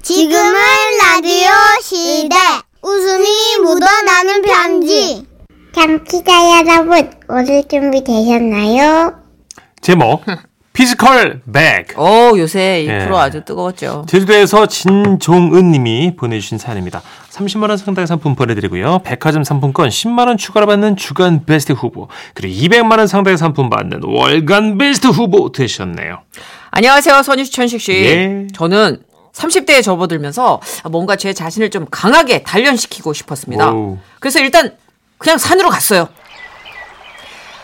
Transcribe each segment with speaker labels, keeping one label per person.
Speaker 1: 지금은 라디오 시대. 웃음이 묻어나는 편지.
Speaker 2: 참기자 여러분, 오늘 준비 되셨나요?
Speaker 3: 제목 피지컬 백
Speaker 4: 오, 어, 요새 이
Speaker 3: 예.
Speaker 4: 프로 아주 뜨거웠죠.
Speaker 3: 제주도에서 진종은 님이 보내주신 사연입니다. 30만 원 상당의 상품 보내드리고요. 백화점 상품권 10만 원 추가로 받는 주간 베스트 후보 그리고 200만 원 상당의 상품 받는 월간 베스트 후보 되셨네요.
Speaker 4: 안녕하세요, 선희 씨, 천식 씨.
Speaker 3: 예.
Speaker 4: 저는 30대에 접어들면서 뭔가 제 자신을 좀 강하게 단련시키고 싶었습니다.
Speaker 3: 오우.
Speaker 4: 그래서 일단 그냥 산으로 갔어요.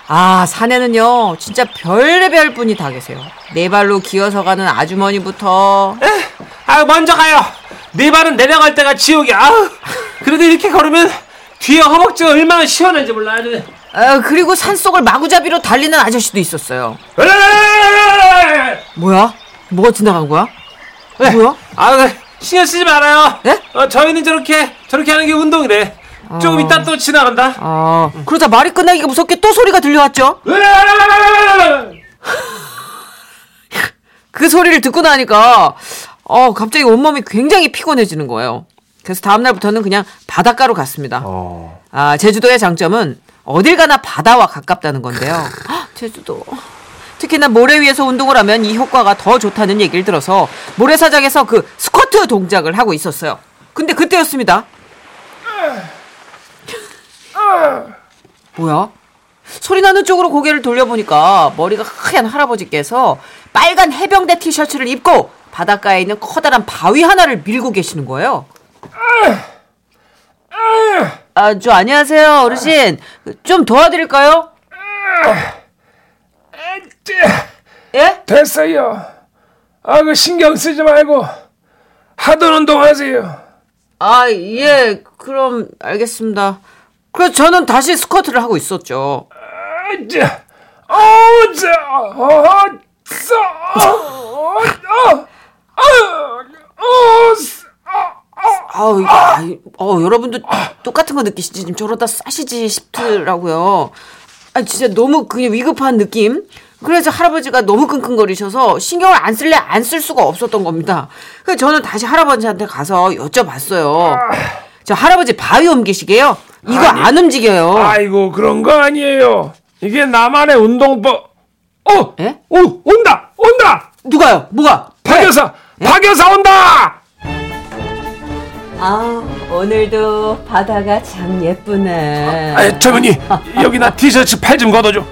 Speaker 4: 아, 산에는요, 진짜 별의별 분이 다 계세요. 네 발로 기어서 가는 아주머니부터,
Speaker 3: 아 먼저 가요. 네 발은 내려갈 때가 지옥이야. 아우, 그래도 이렇게 걸으면 뒤에 허벅지가 얼마나 시원한지 몰라.
Speaker 4: 아, 그리고 산 속을 마구잡이로 달리는 아저씨도 있었어요. 뭐야? 뭐가 지나간 거야? 뭐야?
Speaker 3: 아 신경 쓰지 말아요.
Speaker 4: 예?
Speaker 3: 어, 저희는 저렇게 저렇게 하는 게 운동이래. 조금 이따 또 지나간다.
Speaker 4: 아, 그러자 말이 끝나기가 무섭게 또 소리가 들려왔죠? 그 소리를 듣고 나니까 어 갑자기 온몸이 굉장히 피곤해지는 거예요. 그래서 다음 날부터는 그냥 바닷가로 갔습니다.
Speaker 3: 어,
Speaker 4: 아 제주도의 장점은 어딜 가나 바다와 가깝다는 건데요. 헉, 제주도 특히나 모래 위에서 운동을 하면 이 효과가 더 좋다는 얘기를 들어서 모래사장에서 그 스쿼트 동작을 하고 있었어요. 근데 그때였습니다. 뭐야? 소리 나는 쪽으로 고개를 돌려보니까 머리가 하얀 할아버지께서 빨간 해병대 티셔츠를 입고 바닷가에 있는 커다란 바위 하나를 밀고 계시는 거예요. 아, 저 안녕하세요, 어르신. 좀 도와드릴까요? 예?
Speaker 3: 됐어요. 아 그 신경 쓰지 말고 하던 운동하세요.
Speaker 4: 아, 예, 그럼 알겠습니다. 그래서 저는 다시 스쿼트를 하고 있었죠. 아우, 이게, 아이, 어, 여러분도 똑같은 거 느끼시지? 좀 저러다 싸시지 싶더라고요. 아, 진짜 너무 그냥 위급한 느낌? 그래서 할아버지가 너무 끙끙거리셔서 신경을 안 쓸래 안 쓸 수가 없었던 겁니다. 그래서 저는 다시 할아버지한테 가서 여쭤봤어요. 저 할아버지 바위 옮기시게요? 이거 안 움직여요.
Speaker 5: 아이고 그런 거 아니에요. 이게 나만의 운동법. 어,
Speaker 4: 예?
Speaker 5: 오, 온다, 온다.
Speaker 4: 누가요? 뭐가?
Speaker 5: 박 여사, 박 여사 온다.
Speaker 4: 아 오늘도 바다가 참 예쁘네.
Speaker 5: 아, 젊은이 여기 나 티셔츠 팔 좀 걷어줘.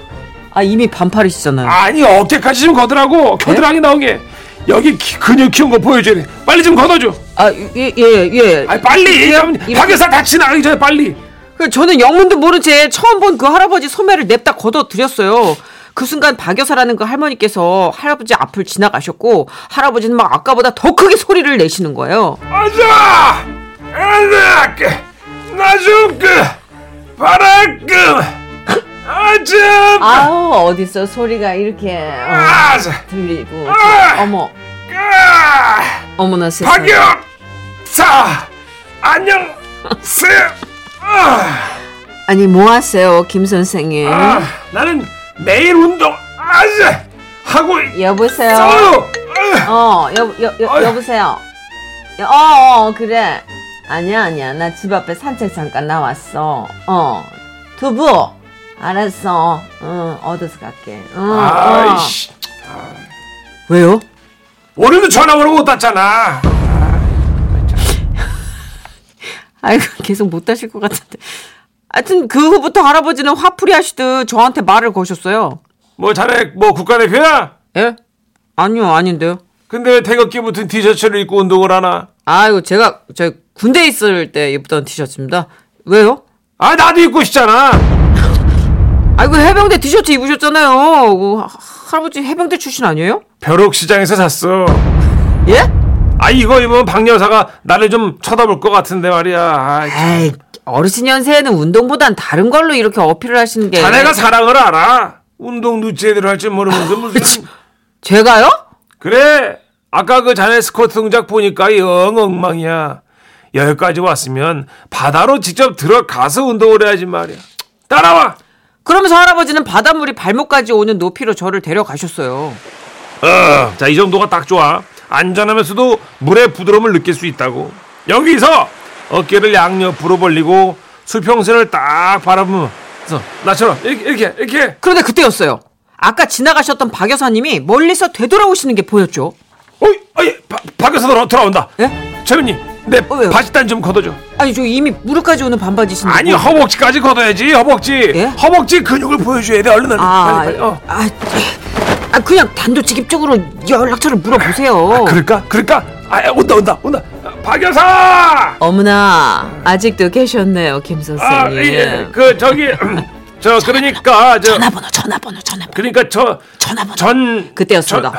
Speaker 4: 아 이미 반팔이시잖아요.
Speaker 5: 아니 어깨까지 좀 걷으라고. 겨드랑이 나오게. 여기 키- 근육 키운 거 보여줘야 돼. 빨리 좀 걷어줘.
Speaker 4: 아예예 예. 예.
Speaker 5: 아, 빨리.
Speaker 4: 이-
Speaker 5: 젊은이. 박 여사 다치 나가기 전에 빨리.
Speaker 4: 그 저는 영문도 모른 채 처음 본 그 할아버지 소매를 냅다 걷어들였어요. 그 순간 박여사라는 그 할머니께서 할아버지 앞을 지나가셨고 할아버지는 막 아까보다 더 크게 소리를 내시는 거예요.
Speaker 5: 아자, 안돼. 나좀 그, 바람 그, 아자.
Speaker 4: 아우 어디서 소리가 이렇게 어,
Speaker 5: 아자.
Speaker 4: 들리고
Speaker 5: 아!
Speaker 4: 어머
Speaker 5: 아!
Speaker 4: 어머나 세상에.
Speaker 5: 박영사 안녕 세 아,
Speaker 4: 아니 뭐 하세요 김 선생님?
Speaker 5: 아, 나는 내일 운동 아자 하고 아!
Speaker 4: 여보세요.
Speaker 5: 있어
Speaker 4: 어, 여, 여, 여,
Speaker 5: 어휴.
Speaker 4: 여보세요. 여- 어, 어, 그래. 아니야, 아니야. 나 집 앞에 산책 잠깐 나왔어. 어. 두부. 알았어. 응, 얻어서 갈게. 응,
Speaker 5: 아이씨
Speaker 4: 왜요?
Speaker 5: 오늘도 전화번호 못 땄잖아
Speaker 4: 아이고, 계속 못 하실 것 같은데. 하여튼, 그 후부터 할아버지는 화풀이 하시듯 저한테 말을 거셨어요.
Speaker 5: 뭐 자네 뭐 국가대표야?
Speaker 4: 예? 아니요, 아닌데요.
Speaker 5: 근데 왜 태극기 붙은 티셔츠를 입고 운동을 하나?
Speaker 4: 아이고, 제가, 저 군대 있을 때 입던 티셔츠입니다. 왜요?
Speaker 5: 아 나도 입고 싶잖아
Speaker 4: 아이고, 해병대 티셔츠 입으셨잖아요. 어, 하- 할아버지 해병대 출신 아니에요?
Speaker 5: 벼룩시장에서 샀어
Speaker 4: 예?
Speaker 5: 아 이거 입으면 박 여사가 나를 좀 쳐다볼 것 같은데 말이야 아,
Speaker 4: 에이, 어르신 연세에는 운동보단 다른 걸로 이렇게 어필을 하시는 게.
Speaker 5: 자네가 사랑을 알아. 운동 누제대로 할 줄 모르면서 무슨
Speaker 4: 제가요?
Speaker 5: 그래. 아까 그 자네 스쿼트 동작 보니까 영 엉망이야. 여기까지 왔으면 바다로 직접 들어가서 운동을 해야지 말이야. 따라와.
Speaker 4: 그러면서 할아버지는 바닷물이 발목까지 오는 높이로 저를 데려가셨어요.
Speaker 5: 어, 자, 이 정도가 딱 좋아.
Speaker 3: 안전하면서도 물의 부드러움을 느낄 수 있다고. 여기서 어깨를 양옆으로 벌리고 수평선을 딱 바라보면서 나처럼 이렇게 이렇게 이렇게
Speaker 4: 그런데 그때였어요. 아까 지나가셨던 박 여사님이 멀리서 되돌아오시는 게 보였죠.
Speaker 3: 어이 어이 바, 박에서 돌아, 돌아온다.
Speaker 4: 예?
Speaker 3: 최민님 내
Speaker 4: 어, 왜요?
Speaker 3: 바짓단 좀 걷어줘.
Speaker 4: 아니 저 이미 무릎까지 오는 반바지신데.
Speaker 3: 아니
Speaker 4: 뭐-
Speaker 3: 허벅지까지 걷어야지 허벅지
Speaker 4: 예?
Speaker 3: 허벅지 근육을 보여줘야 돼 얼른 얼른
Speaker 4: 아,
Speaker 3: 빨리 빨리 어.
Speaker 4: 아, 아, 그냥 단도직입적으로 연락처를 물어보세요.
Speaker 3: 아, 그럴까 그럴까 아 온다 온다 온다 아, 박 여사
Speaker 4: 어머나 아직도 계셨네요, 김 선생님.
Speaker 3: 아, 아그 예, 저기 저 그러니까 저
Speaker 4: 전화번호, 전화번호, 전화번호,
Speaker 3: 그러니까
Speaker 4: 전화번호.
Speaker 3: 저 전 아.
Speaker 4: 그때였습니다.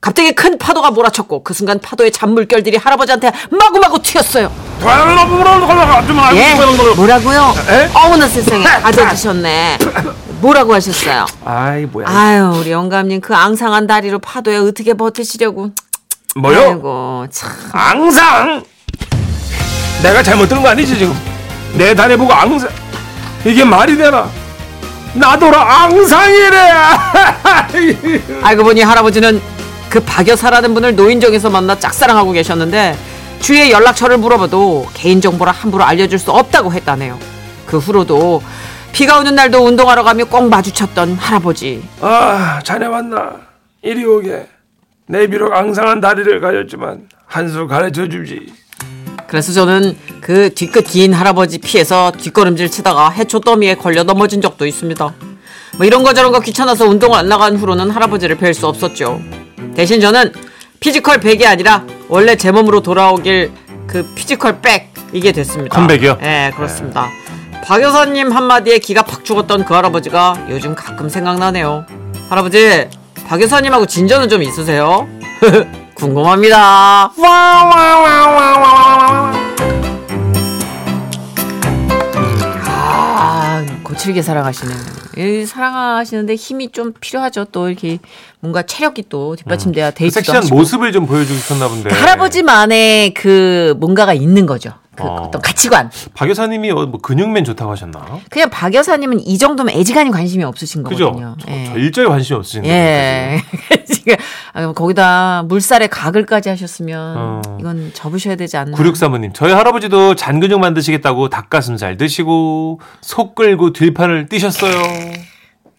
Speaker 4: 갑자기 큰 파도가 몰아쳤고 그 순간 파도의 잔물결들이 할아버지한테 마구마구 튀었어요.
Speaker 3: 발로부로 걸러가지 말고
Speaker 4: 예? 뭐라고요?
Speaker 3: 에?
Speaker 4: 어머나 세상에 가져주셨네. 뭐라고 하셨어요?
Speaker 3: 아이 뭐야
Speaker 4: 아유 우리 영감님 그 앙상한 다리로 파도에 어떻게 버티시려고?
Speaker 3: 뭐요
Speaker 4: 아이고 참.
Speaker 3: 앙상 내가 잘못 들은 거 아니지 지금 내 다리 보고 앙상 이게 말이 되나 나더라 앙상이래
Speaker 4: 알고 보니 할아버지는 그 박여사라는 분을 노인정에서 만나 짝사랑하고 계셨는데 주위에 연락처를 물어봐도 개인정보라 함부로 알려줄 수 없다고 했다네요. 그 후로도 비가 오는 날도 운동하러 가며 꼭 마주쳤던 할아버지.
Speaker 3: 아, 자네 왔나? 이리 오게. 내 비록 앙상한 다리를 가졌지만 한 수 가르쳐 주지.
Speaker 4: 그래서 저는 그 뒤끝 긴 할아버지 피해서 뒷걸음질 치다가 해초 더미에 걸려 넘어진 적도 있습니다. 뭐 이런 거 저런 거 귀찮아서 운동을 안 나간 후로는 할아버지를 뵐 수 없었죠. 대신 저는 피지컬 백이 아니라 원래 제 몸으로 돌아오길 그 피지컬 백 이게 됐습니다.
Speaker 5: 컴백이요?
Speaker 4: 네 그렇습니다. 박 여사님 한마디에 기가 팍 죽었던 그 할아버지가 요즘 가끔 생각나네요. 할아버지 박 여사님하고 진전은 좀 있으세요? 궁금합니다. 아, 거칠게 사랑하시네요. 이 사랑하시는데 힘이 좀 필요하죠. 또 이렇게 뭔가 체력이 또 뒷받침돼야 데이트도
Speaker 5: 음. 섹시한
Speaker 4: 하시고.
Speaker 5: 모습을 네. 좀 보여주고 싶었나 본데.
Speaker 4: 할아버지만의 그 뭔가가 있는 거죠. 그
Speaker 5: 어.
Speaker 4: 어. 떤 가치관.
Speaker 5: 박 여사님이 어, 뭐 근육맨 좋다고 하셨나?
Speaker 4: 그냥 박 여사님은 이 정도면 애지간히 관심이 없으신
Speaker 5: 그죠?
Speaker 4: 거거든요.
Speaker 5: 저,
Speaker 4: 예.
Speaker 5: 저 일절 관심이 없으신데.
Speaker 4: 예. 지금 아, 그럼 거기다 물살에 가글까지 하셨으면
Speaker 5: 어.
Speaker 4: 이건 접으셔야 되지 않나.
Speaker 5: 96사모님, 저희 할아버지도 잔근육 만드시겠다고 닭가슴살 드시고, 속 끌고 들판을 뛰셨어요.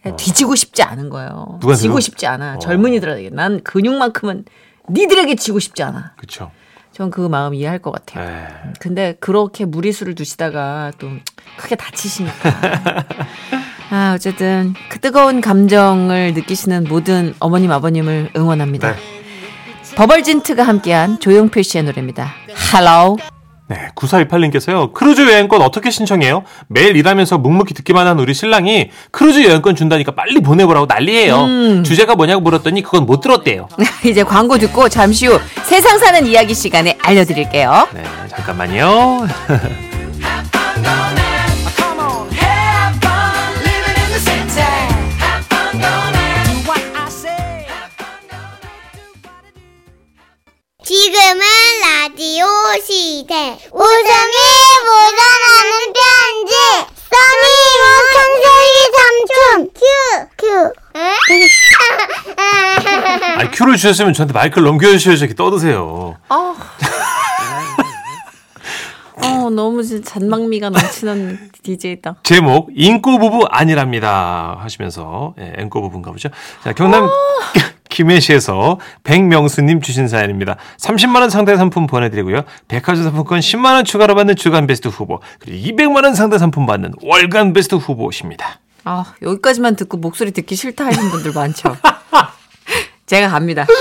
Speaker 4: 그냥 뒤지고 싶지 않은 거예요.
Speaker 5: 누가
Speaker 4: 지고
Speaker 5: 들어?
Speaker 4: 싶지 않아.
Speaker 5: 어.
Speaker 4: 젊은이들에게 난 근육만큼은 니들에게 지고 싶지 않아.
Speaker 5: 그쵸.
Speaker 4: 전 그 마음 이해할 것 같아요.
Speaker 5: 예.
Speaker 4: 근데 그렇게 무리수를 두시다가 또 크게 다치시니까. 아, 어쨌든 그 뜨거운 감정을 느끼시는 모든 어머님, 아버님을 응원합니다. 버벌진트가 함께한 조용필 씨의 노래입니다. Hello.
Speaker 5: 네, 9428님께서요. 크루즈 여행권 어떻게 신청해요? 매일 일하면서 묵묵히 듣기만 한 우리 신랑이 크루즈 여행권 준다니까 빨리 보내보라고 난리예요.
Speaker 4: 음.
Speaker 5: 주제가 뭐냐고 물었더니 그건 못 들었대요.
Speaker 4: 이제 광고 듣고 잠시 후 세상 사는 이야기 시간에 알려드릴게요.
Speaker 5: 네, 잠깐만요.
Speaker 1: 지금은 라디오 시대. 웃음이 묻어나는 편지. 써니 우천세기 뭐, 삼촌. 큐. 큐.
Speaker 5: 아, 큐를 주셨으면 저한테 마이크를 넘겨주셔야지 이렇게 떠드세요.
Speaker 4: 아. 어, 너무 진짜 잔망미가 넘치는 DJ다.
Speaker 5: 제목, 인꼬 부부 아니랍니다. 하시면서, 예, 앵꼬 부부인가 보죠. 자, 경남 김해시에서 백명수님 주신 사연입니다. 30만원 상대 상품 보내드리고요. 백화점 상품권 10만원 추가로 받는 주간 베스트 후보, 그리고 200만원 상대 상품 받는 월간 베스트 후보십니다.
Speaker 4: 아, 여기까지만 듣고 목소리 듣기 싫다 하시는 분들 많죠. 제가 갑니다.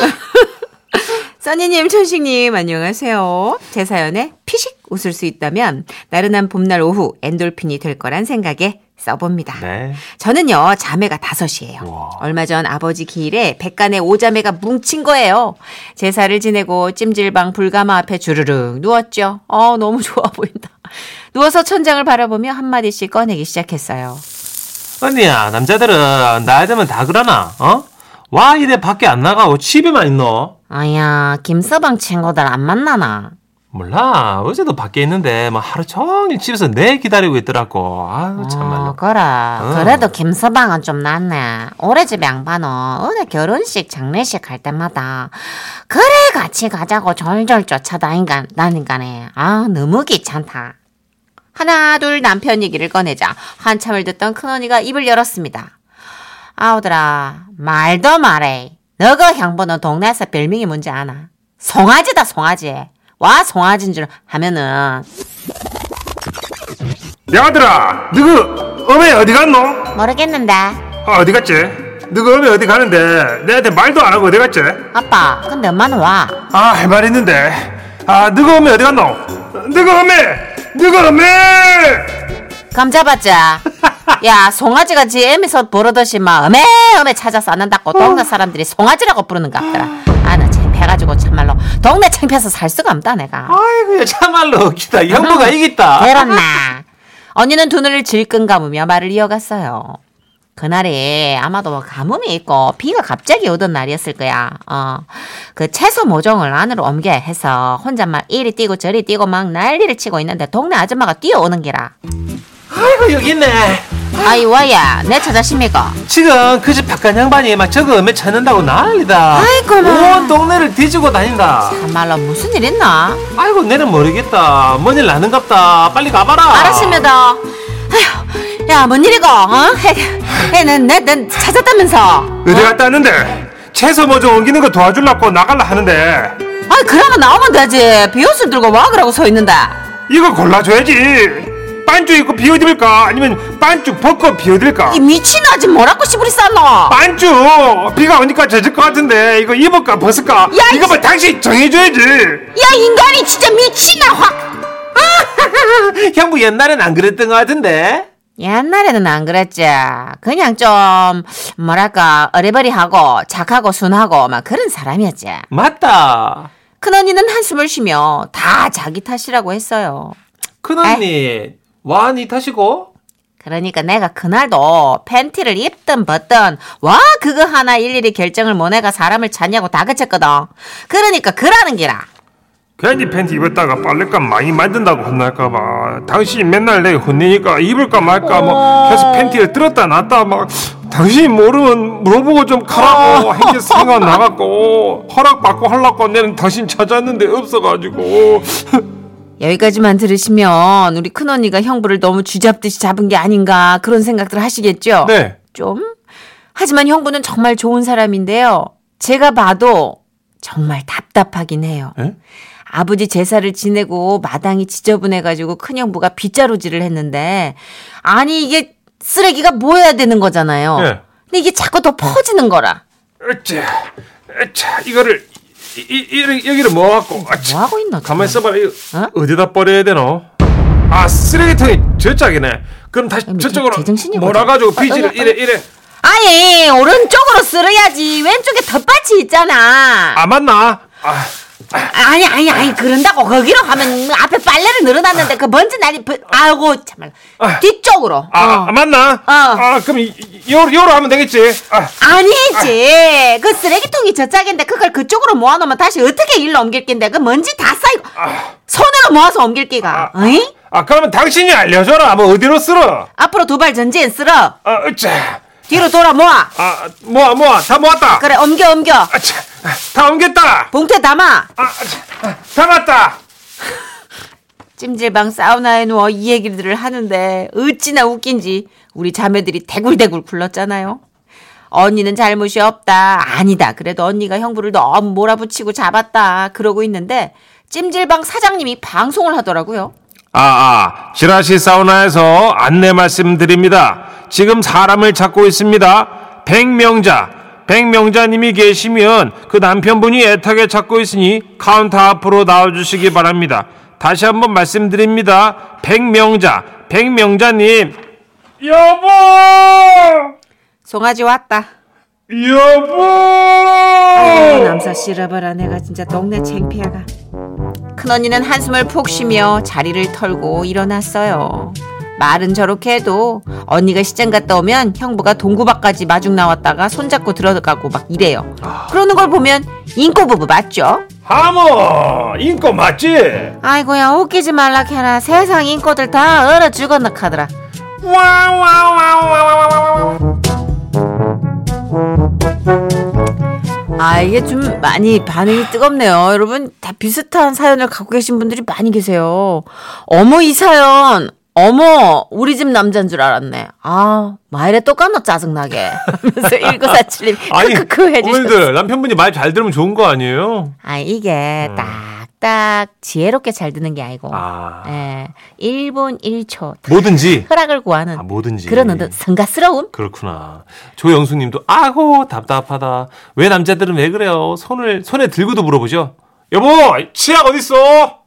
Speaker 4: 써니님, 천식님, 안녕하세요. 제 사연에 피식 웃을 수 있다면 나른한 봄날 오후 엔돌핀이 될 거란 생각에 써봅니다.
Speaker 5: 네.
Speaker 4: 저는요 자매가 다섯이에요.
Speaker 5: 우와.
Speaker 4: 얼마 전 아버지 기일에 백간에 오자매가 뭉친 거예요. 제사를 지내고 찜질방 불가마 앞에 주르륵 누웠죠. 어 너무 좋아 보인다. 누워서 천장을 바라보며 한 마디씩 꺼내기 시작했어요.
Speaker 5: 언니야, 남자들은 나이 되면 다 그러나, 어? 와, 이래 밖에 안 나가고 집에만 있노?
Speaker 4: 아야 김서방 친구들 안 만나나?
Speaker 5: 몰라. 어제도 밖에 있는데 막 하루 종일 집에서 내 기다리고 있더라고. 아유 참말로.
Speaker 4: 어, 그래.
Speaker 5: 어.
Speaker 4: 그래도 김서방은 좀 낫네. 올해 집 양반은 어느 결혼식, 장례식 갈 때마다 그래 같이 가자고 졸졸 쫓아다니간 나니까네. 아 너무 귀찮다. 하나 둘 남편 얘기를 꺼내자 한참을 듣던 큰언니가 입을 열었습니다. 아우들아 말도 말해. 너가 향보는 동네에서 별명이 뭔지 아나? 송아지다 송아지. 와 송아지인 줄 하면은
Speaker 3: 야들아, 너그 어메 어디 갔노?
Speaker 4: 모르겠는데.
Speaker 3: 아, 어디 갔지? 너그 어메 어디 가는데 내한테 말도 안 하고 어디 갔지?
Speaker 4: 아빠, 근데 엄마는 와.
Speaker 3: 아, 할 말 있는데. 아, 너그 어메 어디 갔노? 너그 어메, 너그 어메.
Speaker 4: 감자봤자. 야, 송아지가 지 애미서 부르듯이 막 어메 어메 찾아서 안 한다고 동네 사람들이 송아지라고 부르는 것 같더라. 아, 나 창피해가지고 참말로 동네 창피해서 살 수가 없다 내가.
Speaker 5: 아이고 참말로 웃기다. 형부가 이겼다.
Speaker 4: 그렇나. 언니는 두 눈을 질끈 감으며 말을 이어갔어요. 그날이 아마도 가뭄이 있고 비가 갑자기 오던 날이었을 거야. 어. 그 채소 모종을 안으로 옮겨 해서 혼자 막 이리 뛰고 저리 뛰고 막 난리를 치고 있는데 동네 아줌마가 뛰어오는 기라.
Speaker 5: 아이고 여기 있네.
Speaker 4: 아이 와야 내 찾아십니까?
Speaker 5: 지금 그 집 바깥 양반이 막 저거 음에 찾는다고 난리다.
Speaker 4: 아이고나.
Speaker 5: 온 동네를 뒤지고 다닌다.
Speaker 4: 참말로 무슨 일 있나?
Speaker 5: 아이고 내는 모르겠다. 뭔일 나는갑다. 빨리 가봐라.
Speaker 4: 알았습니다. 아휴, 야뭔 일이고? 어? 내내 찾았다면서?
Speaker 3: 어디 갔다 왔는데? 채소 모종 옮기는 거 도와주려고 나갈라 하는데
Speaker 4: 아 그러면 나오면 되지. 비옷을 들고 와 그러고 서 있는데.
Speaker 3: 이거 골라줘야지. 반죽 입고 비워드릴까? 아니면 반죽 벗고 비워드릴까?
Speaker 4: 이 미친 아지 뭐라고 시부리 싸노?
Speaker 3: 반죽 비가 오니까 젖을 것 같은데 이거 입을까 벗을까?
Speaker 4: 야, 이
Speaker 3: 이거 뭐 당신 정해줘야지.
Speaker 4: 야 인간이 진짜 미친나 확.
Speaker 5: 형부 옛날엔 안 그랬던 것 같은데.
Speaker 4: 옛날에는 안 그랬지. 그냥 좀 뭐랄까 어리버리하고 착하고 순하고 막 그런 사람이었지.
Speaker 5: 맞다.
Speaker 4: 큰언니는 한숨을 쉬며 다 자기 탓이라고 했어요.
Speaker 5: 큰언니 와니 타시고.
Speaker 4: 그러니까 내가 그날도 팬티를 입든 벗든 와 그거 하나 일일이 결정을 못 해가 사람을 찾냐고 다그쳤거든. 그러니까 그라는 기라.
Speaker 3: 괜히 팬티 입었다가 빨래감 많이 만든다고 혼날까봐 당신이 맨날 내 혼내니까 입을까 말까 뭐 계속 팬티를 들었다 놨다 막 당신이 모르면 물어보고 좀 가라고 행제 생각 나갖고 허락받고 하려고 내는 당신 찾았는데 없어가지고
Speaker 4: 여기까지만 들으시면 우리 큰언니가 형부를 너무 쥐잡듯이 잡은 게 아닌가 그런 생각들 하시겠죠?
Speaker 3: 네
Speaker 4: 좀. 하지만 형부는 정말 좋은 사람인데요. 제가 봐도 정말 답답하긴 해요.
Speaker 5: 에?
Speaker 4: 아버지 제사를 지내고 마당이 지저분해가지고 큰형부가 빗자루질을 했는데 아니 이게 쓰레기가 모여야 되는 거잖아요.
Speaker 3: 예.
Speaker 4: 근데 이게 자꾸 더 퍼지는 거라.
Speaker 3: 으쌰 으쌰 이거를 이, 이, 이, 여기를 모아갖고 으쌰.
Speaker 4: 뭐 하고 있노?
Speaker 3: 가만히
Speaker 4: 정말.
Speaker 3: 있어봐라 이거
Speaker 4: 어?
Speaker 3: 어디다 버려야 되노? 아 쓰레기통이 저짝이네 그럼 다시
Speaker 4: 아니,
Speaker 3: 저쪽으로
Speaker 4: 제정신이
Speaker 3: 몰아가지고
Speaker 4: 뭐죠?
Speaker 3: 비지를
Speaker 4: 빨리,
Speaker 3: 이래 이래
Speaker 4: 아니 오른쪽으로 쓸어야지 왼쪽에 덧밭이 있잖아.
Speaker 3: 아 맞나? 아
Speaker 4: 아니 아니 아니 그런다고 거기로 가면 앞에 빨래를 늘어놨는데 그 먼지 날이 부... 아이고 참말 뒤쪽으로
Speaker 3: 아,
Speaker 4: 어.
Speaker 3: 아, 맞나? 아 그럼 이- 이- 요로 요로 하면 되겠지. 아,
Speaker 4: 아니지 그 쓰레기통이 저짝인데 그걸 그쪽으로 모아놓으면 다시 어떻게 일로 옮길 낀데 그 먼지 다 쌓이고 손으로 모아서 옮길 끼가 어이?
Speaker 3: 아 그러면 당신이 알려줘라. 뭐 어디로 쓸어?
Speaker 4: 앞으로 두 발 전진 쓸어
Speaker 3: 아 으쌰.
Speaker 4: 뒤로 돌아 모아
Speaker 3: 아 모아 모아 다 모았다.
Speaker 4: 그래 옮겨 옮겨
Speaker 3: 아차, 다 옮겼다.
Speaker 4: 봉투에 담아
Speaker 3: 아, 아차, 담았다.
Speaker 4: 찜질방 사우나에 누워 이 얘기들을 하는데 어찌나 웃긴지 우리 자매들이 대굴대굴 굴렀잖아요. 언니는 잘못이 없다. 아니다. 그래도 언니가 형부를 너무 몰아붙이고 잡았다. 그러고 있는데 찜질방 사장님이 방송을 하더라고요.
Speaker 3: 아, 아, 지라시 사우나에서 안내 말씀드립니다. 지금 사람을 찾고 있습니다. 백명자, 백명자님이 계시면 그 남편분이 애타게 찾고 있으니 카운터 앞으로 나와주시기 바랍니다. 다시 한번 말씀드립니다. 백명자, 백명자님. 여보,
Speaker 4: 송아지 왔다.
Speaker 6: 어.
Speaker 3: 여보.
Speaker 4: 남사 씨라바라 내가 진짜 동네 창피하가. 큰언니는 한숨을 푹 쉬며 자리를 털고 일어났어요. 말은 저렇게 해도 언니가 시장 갔다 오면 형부가 동구박까지
Speaker 6: 아.
Speaker 4: 마중 나왔다가 손잡고 들어가고 막 이래요. 그러는 걸 보면 인꼬부부 맞죠?
Speaker 7: 아무 인고 맞지?
Speaker 6: 아이고야 웃기지 말라 캐라 세상 인고들 다 얼어 죽었나 카더라
Speaker 4: 아 이게 좀 많이 반응이 뜨겁네요. 여러분 다 비슷한 사연을 갖고 계신 분들이 많이 계세요. 어머 이 사연 어머 우리 집 남자인 줄 알았네. 아 마일에 똑같나 짜증나게 하면서 1947님
Speaker 3: 아니,
Speaker 4: 크크크 해주셨어요.
Speaker 3: 어머님들 남편분이 말 잘 들으면 좋은 거 아니에요?
Speaker 6: 아 이게 딱딱 지혜롭게 잘 듣는 게 아니고
Speaker 3: 음. 아,
Speaker 6: 예, 1분 1초
Speaker 3: 뭐든지.
Speaker 6: 허락을 구하는
Speaker 3: 아, 뭐든지.
Speaker 6: 그런 어떤 성가스러움
Speaker 3: 그렇구나. 조영수님도 아고 답답하다. 왜 남자들은 왜 그래요? 손을 손에 들고도 물어보죠. 여보 치약 어디 있어?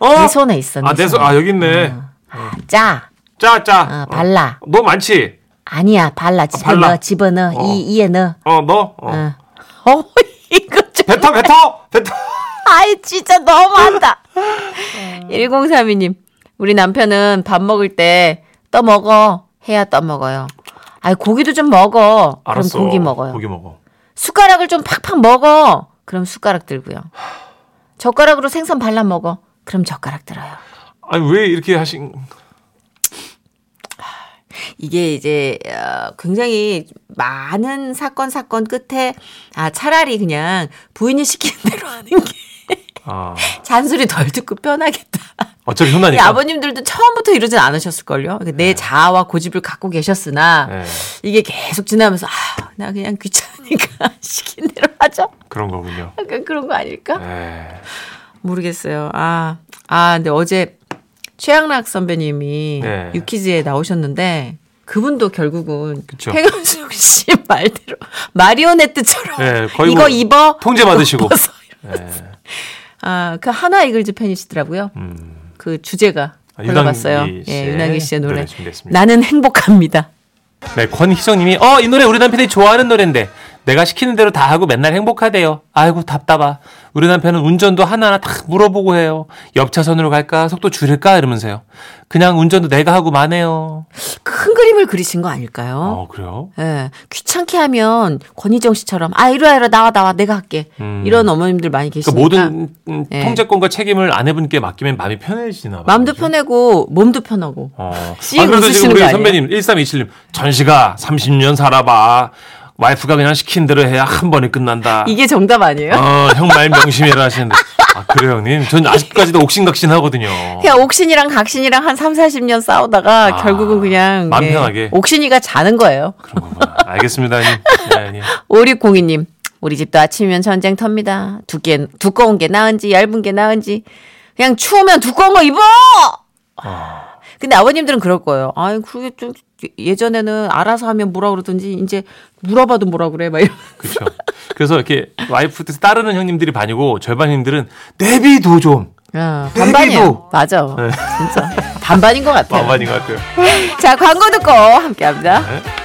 Speaker 3: 어?
Speaker 6: 내 손에 있어 내
Speaker 3: 아내손
Speaker 6: 손에.
Speaker 3: 아 여기 있네.
Speaker 4: 어.
Speaker 6: 짜
Speaker 3: 짜짜.
Speaker 6: 어,
Speaker 4: 아,
Speaker 6: 발라
Speaker 3: 너 많지?
Speaker 6: 아니야 발라 집어넣어
Speaker 3: 발라.
Speaker 6: 집어넣어
Speaker 3: 어.
Speaker 6: 이 이에 넣어
Speaker 3: 어 너. 어.
Speaker 4: 아.
Speaker 6: 어. 어 이거 좀
Speaker 3: 뱉어 뱉어 뱉어.
Speaker 4: 아이 진짜 너무한다. 어. 1032님 우리 남편은 밥 먹을 때 떠먹어 해야 떠먹어요. 아이 고기도 좀 먹어.
Speaker 3: 알았어.
Speaker 4: 그럼 고기 먹어요.
Speaker 3: 고기 먹어.
Speaker 4: 숟가락을 좀 팍팍 먹어. 그럼 숟가락 들고요. 젓가락으로 생선 발라 먹어. 그럼 젓가락 들어요.
Speaker 3: 아니 왜 이렇게 하신?
Speaker 4: 이게 이제 어, 굉장히 많은 사건 사건 끝에 아 차라리 그냥 부인이 시키는 대로 하는 게
Speaker 3: 아
Speaker 4: 잔소리 덜 듣고 편하겠다.
Speaker 3: 어차피
Speaker 4: 이
Speaker 3: 혼나니까.
Speaker 4: 네, 아버님들도 처음부터 이러진 않으셨을걸요. 내 자아와 고집을 갖고 계셨으나
Speaker 3: 네.
Speaker 4: 이게 계속 지나면서 아, 나 그냥 귀찮으니까 시킨 대로 하자.
Speaker 3: 그런 거군요.
Speaker 4: 약간 그런 거 아닐까?
Speaker 3: 네.
Speaker 4: 모르겠어요. 아, 아, 근데 어제 최양락 선배님이
Speaker 3: 네.
Speaker 4: 유키즈에 나오셨는데 그분도 결국은
Speaker 3: 그쵸.
Speaker 4: 팽현숙 씨 말대로 마리오네트처럼
Speaker 3: 네, 거의
Speaker 4: 이거
Speaker 3: 뭐
Speaker 4: 입어
Speaker 3: 통제 받으시고.
Speaker 4: 벗어.
Speaker 3: 네.
Speaker 4: 아, 그 하나 이글즈 팬이시더라고요.
Speaker 3: 음.
Speaker 4: 그 주제가
Speaker 3: 아,
Speaker 4: 불러봤어요.
Speaker 3: 유난기
Speaker 4: 예,
Speaker 3: 씨의
Speaker 4: 유난기 씨의 노래.
Speaker 3: 노래 준비했습니다.
Speaker 4: 나는 행복합니다.
Speaker 3: 네, 권희정님이 어 이 노래 우리 남편이 좋아하는 노래인데 내가 시키는 대로 다 하고 맨날 행복하대요. 아이고 답답아. 우리 남편은 운전도 하나하나 다 물어보고 해요. 옆 차선으로 갈까 속도 줄일까 이러면서요. 그냥 운전도 내가 하고
Speaker 4: 어.
Speaker 3: 마네요.
Speaker 4: 큰 그림을 그리신 거 아닐까요?
Speaker 3: 어 그래요?
Speaker 4: 예, 귀찮게 하면 권희정 씨처럼 아 이리와 이리와 나와 나와 내가 할게
Speaker 3: 음.
Speaker 4: 이런 어머님들 많이
Speaker 3: 그
Speaker 4: 계시니까
Speaker 3: 모든 음,
Speaker 4: 예.
Speaker 3: 통제권과 책임을 아내분께 맡기면 마음이 편해지나 봐요.
Speaker 4: 마음도
Speaker 3: 그죠?
Speaker 4: 편하고 몸도 편하고
Speaker 3: 어.
Speaker 4: 씩
Speaker 3: 아, 그래도 지금
Speaker 4: 웃으시는
Speaker 3: 우리
Speaker 4: 거 아니에요?
Speaker 3: 선배님 1327님 전시가 30년 살아봐. 와이프가 그냥 시킨 대로 해야 한 번에 끝난다.
Speaker 4: 이게 정답 아니에요?
Speaker 3: 어, 형 말 명심해라 하시는데. 아, 그래요, 형님? 전 아직까지도 옥신각신 하거든요.
Speaker 4: 그냥 옥신이랑 각신이랑 한 3, 40년 싸우다가
Speaker 3: 아,
Speaker 4: 결국은 그냥
Speaker 3: 마음
Speaker 4: 예,
Speaker 3: 편하게.
Speaker 4: 옥신이가 자는 거예요.
Speaker 3: 그런 거구나. 알겠습니다, 형님. 네, 형님.
Speaker 4: 5602님. 우리 집도 아침이면 전쟁터입니다. 두께 두꺼운 게 나은지 얇은 게 나은지 그냥 추우면 두꺼운 거 입어. 근데 아버님들은 그럴 거예요. 아이 그게 좀 예전에는 알아서 하면 뭐라 그러든지 이제 물어봐도 뭐라 그래 막 이런.
Speaker 3: 그쵸. 그렇죠. 그래서 이렇게 와이프 뜻 따르는 형님들이 반이고 절반 형님들은 내비도 좀.
Speaker 4: 어, 반반이에요.
Speaker 3: 애기도.
Speaker 4: 맞아. 진짜 반반인 것 같아요.
Speaker 3: 반반인 것 같아요.
Speaker 4: 자 광고 듣고 함께합니다.
Speaker 3: 네.